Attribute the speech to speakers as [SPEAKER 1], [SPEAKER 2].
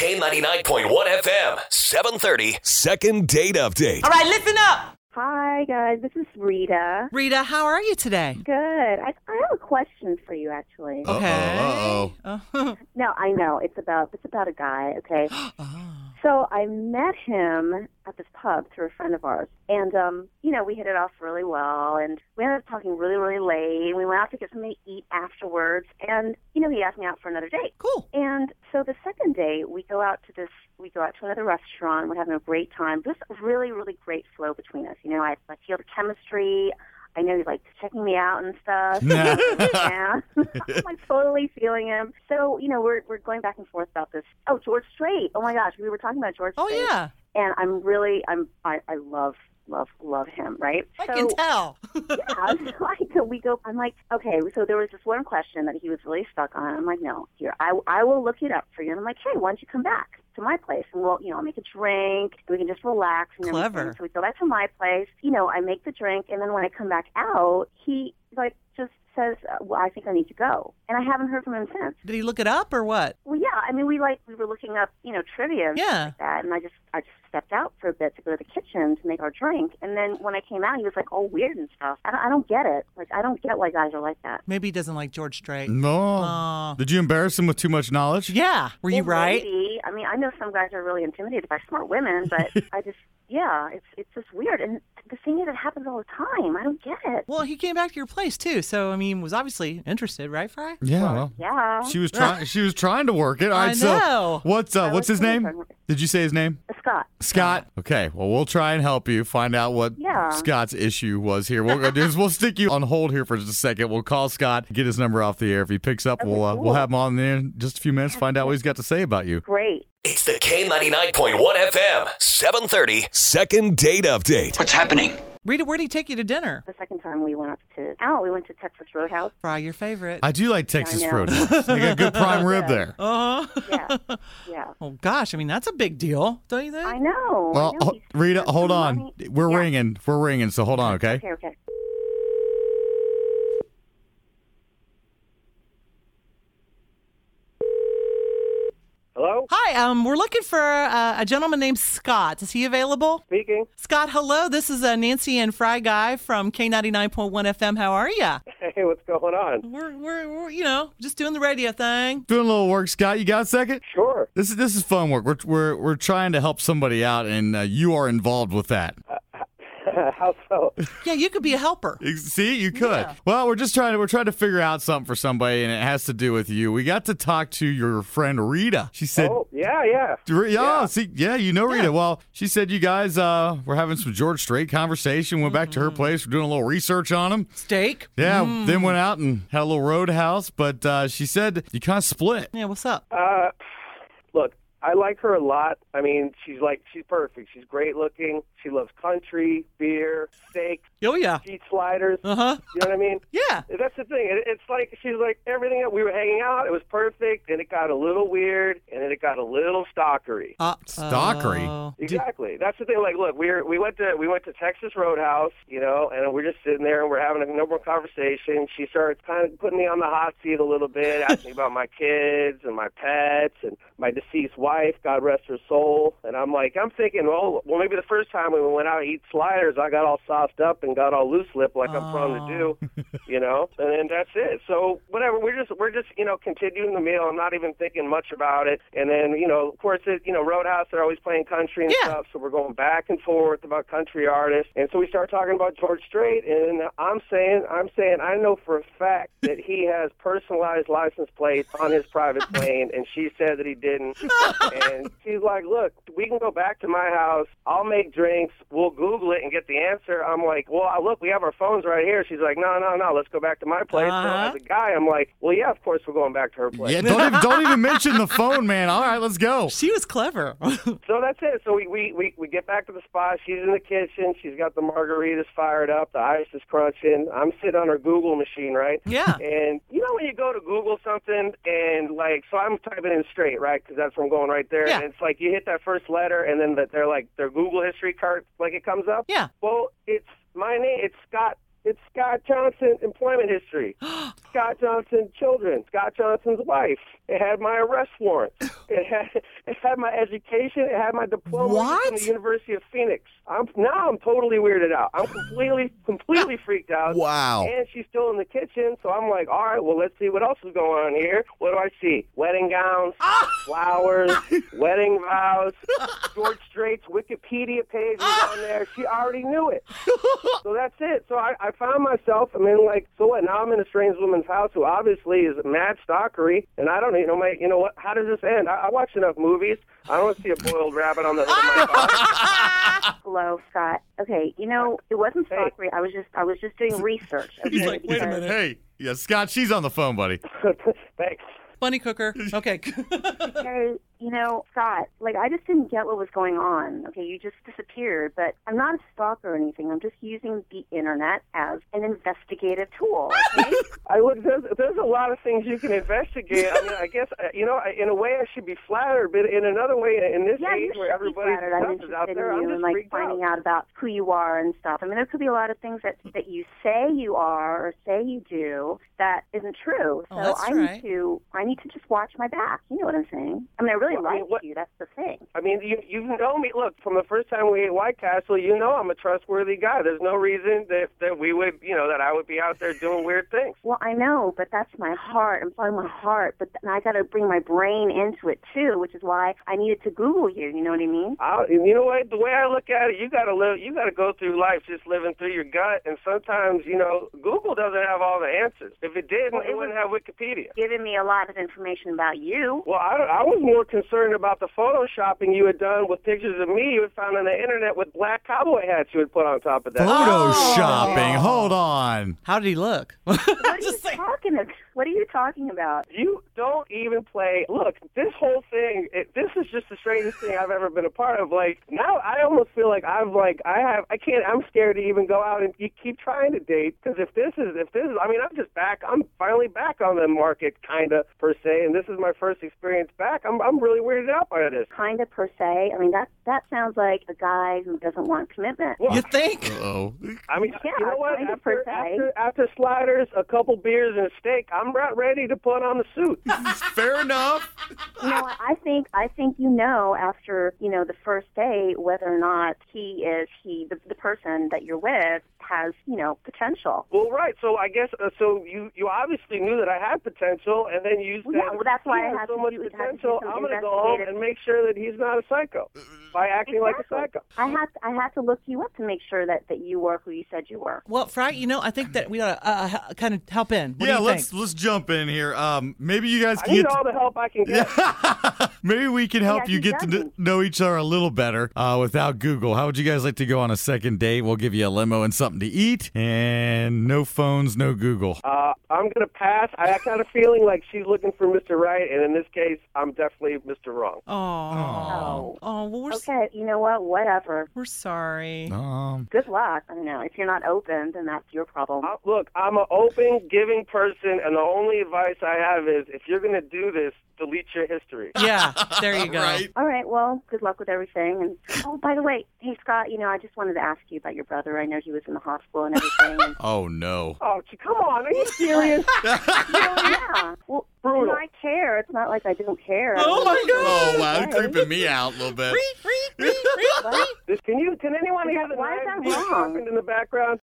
[SPEAKER 1] K99.1 FM, 730.
[SPEAKER 2] Second date update.
[SPEAKER 3] All right, listen up.
[SPEAKER 4] Hi, guys. This is Rita.
[SPEAKER 3] Rita, how are you today?
[SPEAKER 4] Good. I, I have a question for you, actually.
[SPEAKER 3] Oh. Okay. Uh-huh.
[SPEAKER 4] No, I know it's about it's about a guy. Okay. So I met him at this pub through a friend of ours, and um, you know we hit it off really well, and we ended up talking really, really late. And we went out to get something to eat afterwards, and you know he asked me out for another date.
[SPEAKER 3] Cool.
[SPEAKER 4] And so the second day, we go out to this, we go out to another restaurant. We're having a great time. Just a really, really great flow between us. You know, I, I feel the chemistry. I know he's like checking me out and stuff. Yeah. I'm like totally feeling him. So, you know, we're, we're going back and forth about this. Oh, George Strait. Oh my gosh. We were talking about George
[SPEAKER 3] Oh,
[SPEAKER 4] Strait.
[SPEAKER 3] yeah.
[SPEAKER 4] And I'm really, I'm, I, I love, love, love him, right?
[SPEAKER 3] I
[SPEAKER 4] so,
[SPEAKER 3] can tell.
[SPEAKER 4] yeah, I was like, so we go. I'm like, okay. So there was this one question that he was really stuck on. I'm like, no, here, I, I will look it up for you. And I'm like, hey, why don't you come back to my place and we'll, you know, I'll make a drink and we can just relax. And everything.
[SPEAKER 3] Clever.
[SPEAKER 4] So we go back to my place. You know, I make the drink, and then when I come back out, he like just says, uh, well, I think I need to go, and I haven't heard from him since.
[SPEAKER 3] Did he look it up or what?
[SPEAKER 4] Well, yeah, I mean, we like we were looking up, you know, trivia and
[SPEAKER 3] Yeah.
[SPEAKER 4] stuff like that, and I just I just stepped out for a bit to go to the kitchen to make our drink, and then when I came out, he was like all weird and stuff. I don't, I don't get it. Like I don't get why guys are like that.
[SPEAKER 3] Maybe he doesn't like George Strait.
[SPEAKER 5] No.
[SPEAKER 3] Aw.
[SPEAKER 5] Did you embarrass him with too much knowledge?
[SPEAKER 3] Uh, Yeah. Were you
[SPEAKER 4] Well,
[SPEAKER 3] right?
[SPEAKER 4] Maybe. I mean, I know some guys are really intimidated by smart women, but I just yeah, it's it's just weird, and the thing is, it happens all the time. I don't get it.
[SPEAKER 3] Well, he came back to your place too, so I mean, was obviously interested, right, Fry?
[SPEAKER 5] Yeah. Well,
[SPEAKER 4] Yeah,
[SPEAKER 5] she was trying. She was trying to work it. All
[SPEAKER 3] I
[SPEAKER 5] right, so
[SPEAKER 3] know.
[SPEAKER 5] what's uh,
[SPEAKER 4] I
[SPEAKER 5] what's
[SPEAKER 4] was
[SPEAKER 5] his name?
[SPEAKER 4] thinking.
[SPEAKER 5] Did you say his name?
[SPEAKER 4] Uh, Scott.
[SPEAKER 5] Scott. Okay. Well, we'll try and help you find out what
[SPEAKER 4] Yeah.
[SPEAKER 5] Scott's issue was here. What we'll do is we'll stick you on hold here for just a second. We'll call Scott, get his number off the air. If he picks up, we'll uh, we'll have him on there in just a few minutes. Find out what he's got to say about you.
[SPEAKER 4] Great.
[SPEAKER 1] It's the K99.1 FM, 730.
[SPEAKER 2] Second date update.
[SPEAKER 6] What's happening?
[SPEAKER 3] Rita, where did he take you to dinner?
[SPEAKER 4] The second time we went up to out, we went to Texas Roadhouse.
[SPEAKER 3] Fry, your favorite.
[SPEAKER 5] I do like Texas
[SPEAKER 4] know.
[SPEAKER 5] Roadhouse. They got good prime rib there.
[SPEAKER 3] Oh.
[SPEAKER 4] Yeah, yeah.
[SPEAKER 3] Oh gosh, I mean that's a big deal, don't you think?
[SPEAKER 4] I know.
[SPEAKER 5] Well,
[SPEAKER 4] I know.
[SPEAKER 5] ho-
[SPEAKER 4] He's-
[SPEAKER 5] Rita,
[SPEAKER 4] he's
[SPEAKER 5] hold
[SPEAKER 4] so
[SPEAKER 5] on.
[SPEAKER 4] funny.
[SPEAKER 5] We're
[SPEAKER 4] Yeah.
[SPEAKER 5] ringing. We're ringing. So hold on, okay?
[SPEAKER 4] Okay, okay.
[SPEAKER 7] Hello?
[SPEAKER 3] Hi, um, we're looking for uh, a gentleman named Scott. Is he available?
[SPEAKER 7] Speaking.
[SPEAKER 3] Scott, hello. This is uh, Nancy and Fry Guy from K99.1 FM. How are ya?
[SPEAKER 7] Hey, what's going on?
[SPEAKER 3] We're, we're, we're, you know, just doing the radio thing.
[SPEAKER 5] Doing a little work, Scott. You got a second?
[SPEAKER 7] Sure.
[SPEAKER 5] This is this is fun work. We're we're, we're trying to help somebody out, and uh, you are involved with that.
[SPEAKER 7] How so?
[SPEAKER 3] Yeah, you could be a helper.
[SPEAKER 5] You- See, you could. Well, we're just trying to we're trying to figure out something for somebody, and it has to do with you. We got to talk to your friend Rita. She said.
[SPEAKER 7] Oh, yeah, yeah.
[SPEAKER 5] "Ri- Yeah, see, yeah, you know Rita. Well, she said you guys uh, were having some George Strait conversation. Went back to her place. We're doing a little research on him.
[SPEAKER 3] Steak.
[SPEAKER 5] Yeah, then went out and had a little roadhouse. But uh, she said you kind of split.
[SPEAKER 3] Yeah, what's up?
[SPEAKER 7] Uh, look, I like her a lot. I mean, she's like, she's perfect. She's great looking. She loves country, beer, steak,
[SPEAKER 3] Oh yeah.
[SPEAKER 7] sheet sliders.
[SPEAKER 3] Uh huh.
[SPEAKER 7] You know what I mean?
[SPEAKER 3] Yeah.
[SPEAKER 7] That's the thing. It, it's like she's like everything. that We were hanging out. It was perfect, and it got a little weird, and then it got a little stalkery.
[SPEAKER 3] Uh,
[SPEAKER 5] Stalkery.
[SPEAKER 3] oh.
[SPEAKER 7] Exactly. That's the thing. Like, look, we were, we went to we went to Texas Roadhouse, you know, and we're just sitting there and we're having a normal conversation. She starts kind of putting me on the hot seat a little bit, asking about my kids and my pets and my deceased wife, God rest her soul. And I'm like, I'm thinking, well, well, maybe the first time when we went out to eat sliders, I got all soft up and got all loose lip like I'm prone to do you know and then that's it so whatever we're just we're just you know continuing the meal i'm not even thinking much about it and then you know of course it you know roadhouse they're always playing country and
[SPEAKER 3] Yeah.
[SPEAKER 7] stuff so we're going back and forth about country artists and so we start talking about george strait and i'm saying i'm saying i know for a fact that he has personalized license plates on his private plane and she said that he didn't and she's like look we can go back to my house i'll make drinks we'll google it and get the answer i'm like well I- look we have our phones right here she's like no no no let's go back to my place So
[SPEAKER 3] Uh-huh.
[SPEAKER 7] as a guy i'm like well yeah of course we're going back to her place
[SPEAKER 5] Yeah, don't even, don't even mention the phone, man. All right, let's go.
[SPEAKER 3] She was clever.
[SPEAKER 7] So that's it. So we, we, we, we get back to the spot. She's in the kitchen. She's got the margaritas fired up. The ice is crunching. I'm sitting on her Google machine, right?
[SPEAKER 3] Yeah.
[SPEAKER 7] And you know when you go to Google something and like, so I'm typing in straight, right? Because that's where I'm going right there.
[SPEAKER 3] Yeah.
[SPEAKER 7] And it's like you hit that first letter and then that they're like their Google history card, like it comes up.
[SPEAKER 3] yeah.
[SPEAKER 7] Well, it's my name. It's Scott. It's Scott Johnson employment history. Scott Johnson children. Scott Johnson's wife. It had my arrest warrant. It had, it had my education. It had my diploma from
[SPEAKER 3] What?
[SPEAKER 7] the University of Phoenix. I'm now I'm totally weirded out. I'm completely completely freaked out.
[SPEAKER 5] Wow.
[SPEAKER 7] And she's still in the kitchen, so I'm like, all right, well, let's see what else is going on here. What do I see? Wedding gowns, flowers, wedding vows, George Strait's Wikipedia page was on there. She already knew it. So that's it. So I, I found myself, I mean, like, so what? Now I'm in a strange woman's house who obviously is mad stalkery, and I don't, you know, my, you know what? How does this end? I, I watch enough movies. I don't want to see a boiled rabbit on the hood of my car.
[SPEAKER 4] Hello, Scott. Okay, you know it wasn't stalkery. I was just I was just doing research. Okay,
[SPEAKER 3] He's like, wait a
[SPEAKER 4] because-
[SPEAKER 3] minute.
[SPEAKER 5] Hey, yeah, Scott, she's on the phone, buddy.
[SPEAKER 7] Thanks.
[SPEAKER 3] Bunny cooker. Okay.
[SPEAKER 4] okay, you know, Scott, like I just didn't get what was going on. Okay, you just disappeared, but I'm not a stalker or anything. I'm just using the internet as an investigative tool. Okay?
[SPEAKER 7] I look. There's, there's a lot of things you can investigate. I mean, I guess uh, you know. I- In a way, I should be flattered, but in another way, in this
[SPEAKER 4] yeah, you
[SPEAKER 7] age
[SPEAKER 4] should
[SPEAKER 7] where
[SPEAKER 4] be
[SPEAKER 7] everybody's
[SPEAKER 4] flattered. I'm
[SPEAKER 7] stuff is
[SPEAKER 4] interested
[SPEAKER 7] out there,
[SPEAKER 4] in
[SPEAKER 7] I'm
[SPEAKER 4] you
[SPEAKER 7] just
[SPEAKER 4] and like
[SPEAKER 7] freaked
[SPEAKER 4] finding
[SPEAKER 7] out.
[SPEAKER 4] out about who you are and stuff. I mean, there could be a lot of things that that you say you are or say you do that isn't true. So
[SPEAKER 3] Oh, that's
[SPEAKER 4] I
[SPEAKER 3] right.
[SPEAKER 4] need to I need to just watch my back. You know what I'm saying? I mean, I really
[SPEAKER 7] Well, I
[SPEAKER 4] like
[SPEAKER 7] mean, what-
[SPEAKER 4] you. That's the thing.
[SPEAKER 7] I mean, you you know me. Look, from the first time we ate White Castle, you know I'm a trustworthy guy. There's no reason that that we would, you know, that I would be out there doing weird things.
[SPEAKER 4] Well, I know, but that's my heart. I'm following my heart, but then I got to bring my brain into it too, which is why I needed to Google you. You know what I mean?
[SPEAKER 7] I, and you know what? The way I look at it, you gotta live. You gotta go through life just living through your gut. And sometimes, you know, Google doesn't have all the answers. If it did,
[SPEAKER 4] Well,
[SPEAKER 7] it,
[SPEAKER 4] it
[SPEAKER 7] wouldn't have Wikipedia.
[SPEAKER 4] Giving me a lot of information about you.
[SPEAKER 7] Well, I, don't- I was more concerned about the photoshopping you had done with pictures of me you had found on the internet with black cowboy hats you had put on top of that.
[SPEAKER 5] Photo
[SPEAKER 3] Oh.
[SPEAKER 5] shopping. Hold on.
[SPEAKER 3] How did he look?
[SPEAKER 4] What are you talking? About? What are you talking about?
[SPEAKER 7] You don't even play. Look, this whole thing. It, this is just the strangest thing I've ever been a part of. Like now, I almost feel like I'm like I have. I can't. I'm scared to even go out and you keep trying to date because if this is if this is. I mean, I'm just back. I'm finally back on the market, kind of per se. And this is my first experience back. I'm I'm really weirded out by this.
[SPEAKER 4] Kind of per se. I mean, that that sounds like a guy who doesn't want commitment.
[SPEAKER 7] Well,
[SPEAKER 3] you think?
[SPEAKER 5] Oh.
[SPEAKER 7] I mean,
[SPEAKER 4] Yeah,
[SPEAKER 7] you know what?
[SPEAKER 4] kind of
[SPEAKER 7] After,
[SPEAKER 4] per se.
[SPEAKER 7] after, after sliders, a couple beers, and a steak, I'm not ready to put on the suit.
[SPEAKER 5] Fair enough.
[SPEAKER 4] You know, what? I think I think you know after you know the first date whether or not he is he the, the person that you're with has you know potential.
[SPEAKER 7] well, right. So I guess uh, so. You you obviously knew that I had potential, and then you said,
[SPEAKER 4] Well, yeah, well, that's why
[SPEAKER 7] "You
[SPEAKER 4] I
[SPEAKER 7] have
[SPEAKER 4] had
[SPEAKER 7] so
[SPEAKER 4] to
[SPEAKER 7] much
[SPEAKER 4] do- had to do
[SPEAKER 7] potential.
[SPEAKER 4] some
[SPEAKER 7] I'm gonna go home
[SPEAKER 4] investigative-
[SPEAKER 7] and make sure that he's not a psycho by acting like a psycho."
[SPEAKER 4] I had I had to look you up to make sure that, that you were who you said you were.
[SPEAKER 3] Well, Fry, you know, I think that we ought to uh, h- kind of help in. What
[SPEAKER 5] yeah,
[SPEAKER 3] do you
[SPEAKER 5] let's
[SPEAKER 3] think?
[SPEAKER 5] let's jump in here. Um, maybe you guys
[SPEAKER 7] I
[SPEAKER 5] can
[SPEAKER 7] need
[SPEAKER 5] get.
[SPEAKER 7] all the help I can get.
[SPEAKER 5] maybe we can help
[SPEAKER 4] Yeah,
[SPEAKER 5] you
[SPEAKER 4] he
[SPEAKER 5] get to kn-
[SPEAKER 4] doesn't.
[SPEAKER 5] know each other a little better uh, without Google. How would you guys like to go on a second date? We'll give you a limo and something to eat, and no phones, no Google.
[SPEAKER 7] Uh, I'm gonna pass. I got a feeling like she's looking for Mr. Right, and in this case, I'm definitely Mr. Wrong.
[SPEAKER 3] Oh. Oh, well, we're, s-
[SPEAKER 4] Okay, you know what? Whatever.
[SPEAKER 3] we're sorry.
[SPEAKER 5] Um,
[SPEAKER 4] Good luck. I don't know. If you're not open, then that's your problem.
[SPEAKER 7] I, look, I'm an open, giving person, and the only advice I have is if you're going to do this, delete your history.
[SPEAKER 3] Yeah, there you go.
[SPEAKER 5] Right.
[SPEAKER 4] All right. Well, good luck with everything. And oh, by the way, hey Scott, you know, I just wanted to ask you about your brother. I know he was in the hospital and everything. And,
[SPEAKER 5] oh no.
[SPEAKER 7] Oh, gee, come on. Are you serious?
[SPEAKER 4] yeah. Well, you know,
[SPEAKER 7] Brutal.
[SPEAKER 4] I care. It's not like I don't care.
[SPEAKER 3] Oh, my God.
[SPEAKER 5] Oh wow, you're creeping me out a little bit.
[SPEAKER 3] Reek, reek, reek, reek, reek.
[SPEAKER 7] This, can you? Can anyone hear the
[SPEAKER 4] Why is that
[SPEAKER 7] knives
[SPEAKER 4] wrong?
[SPEAKER 7] in the background?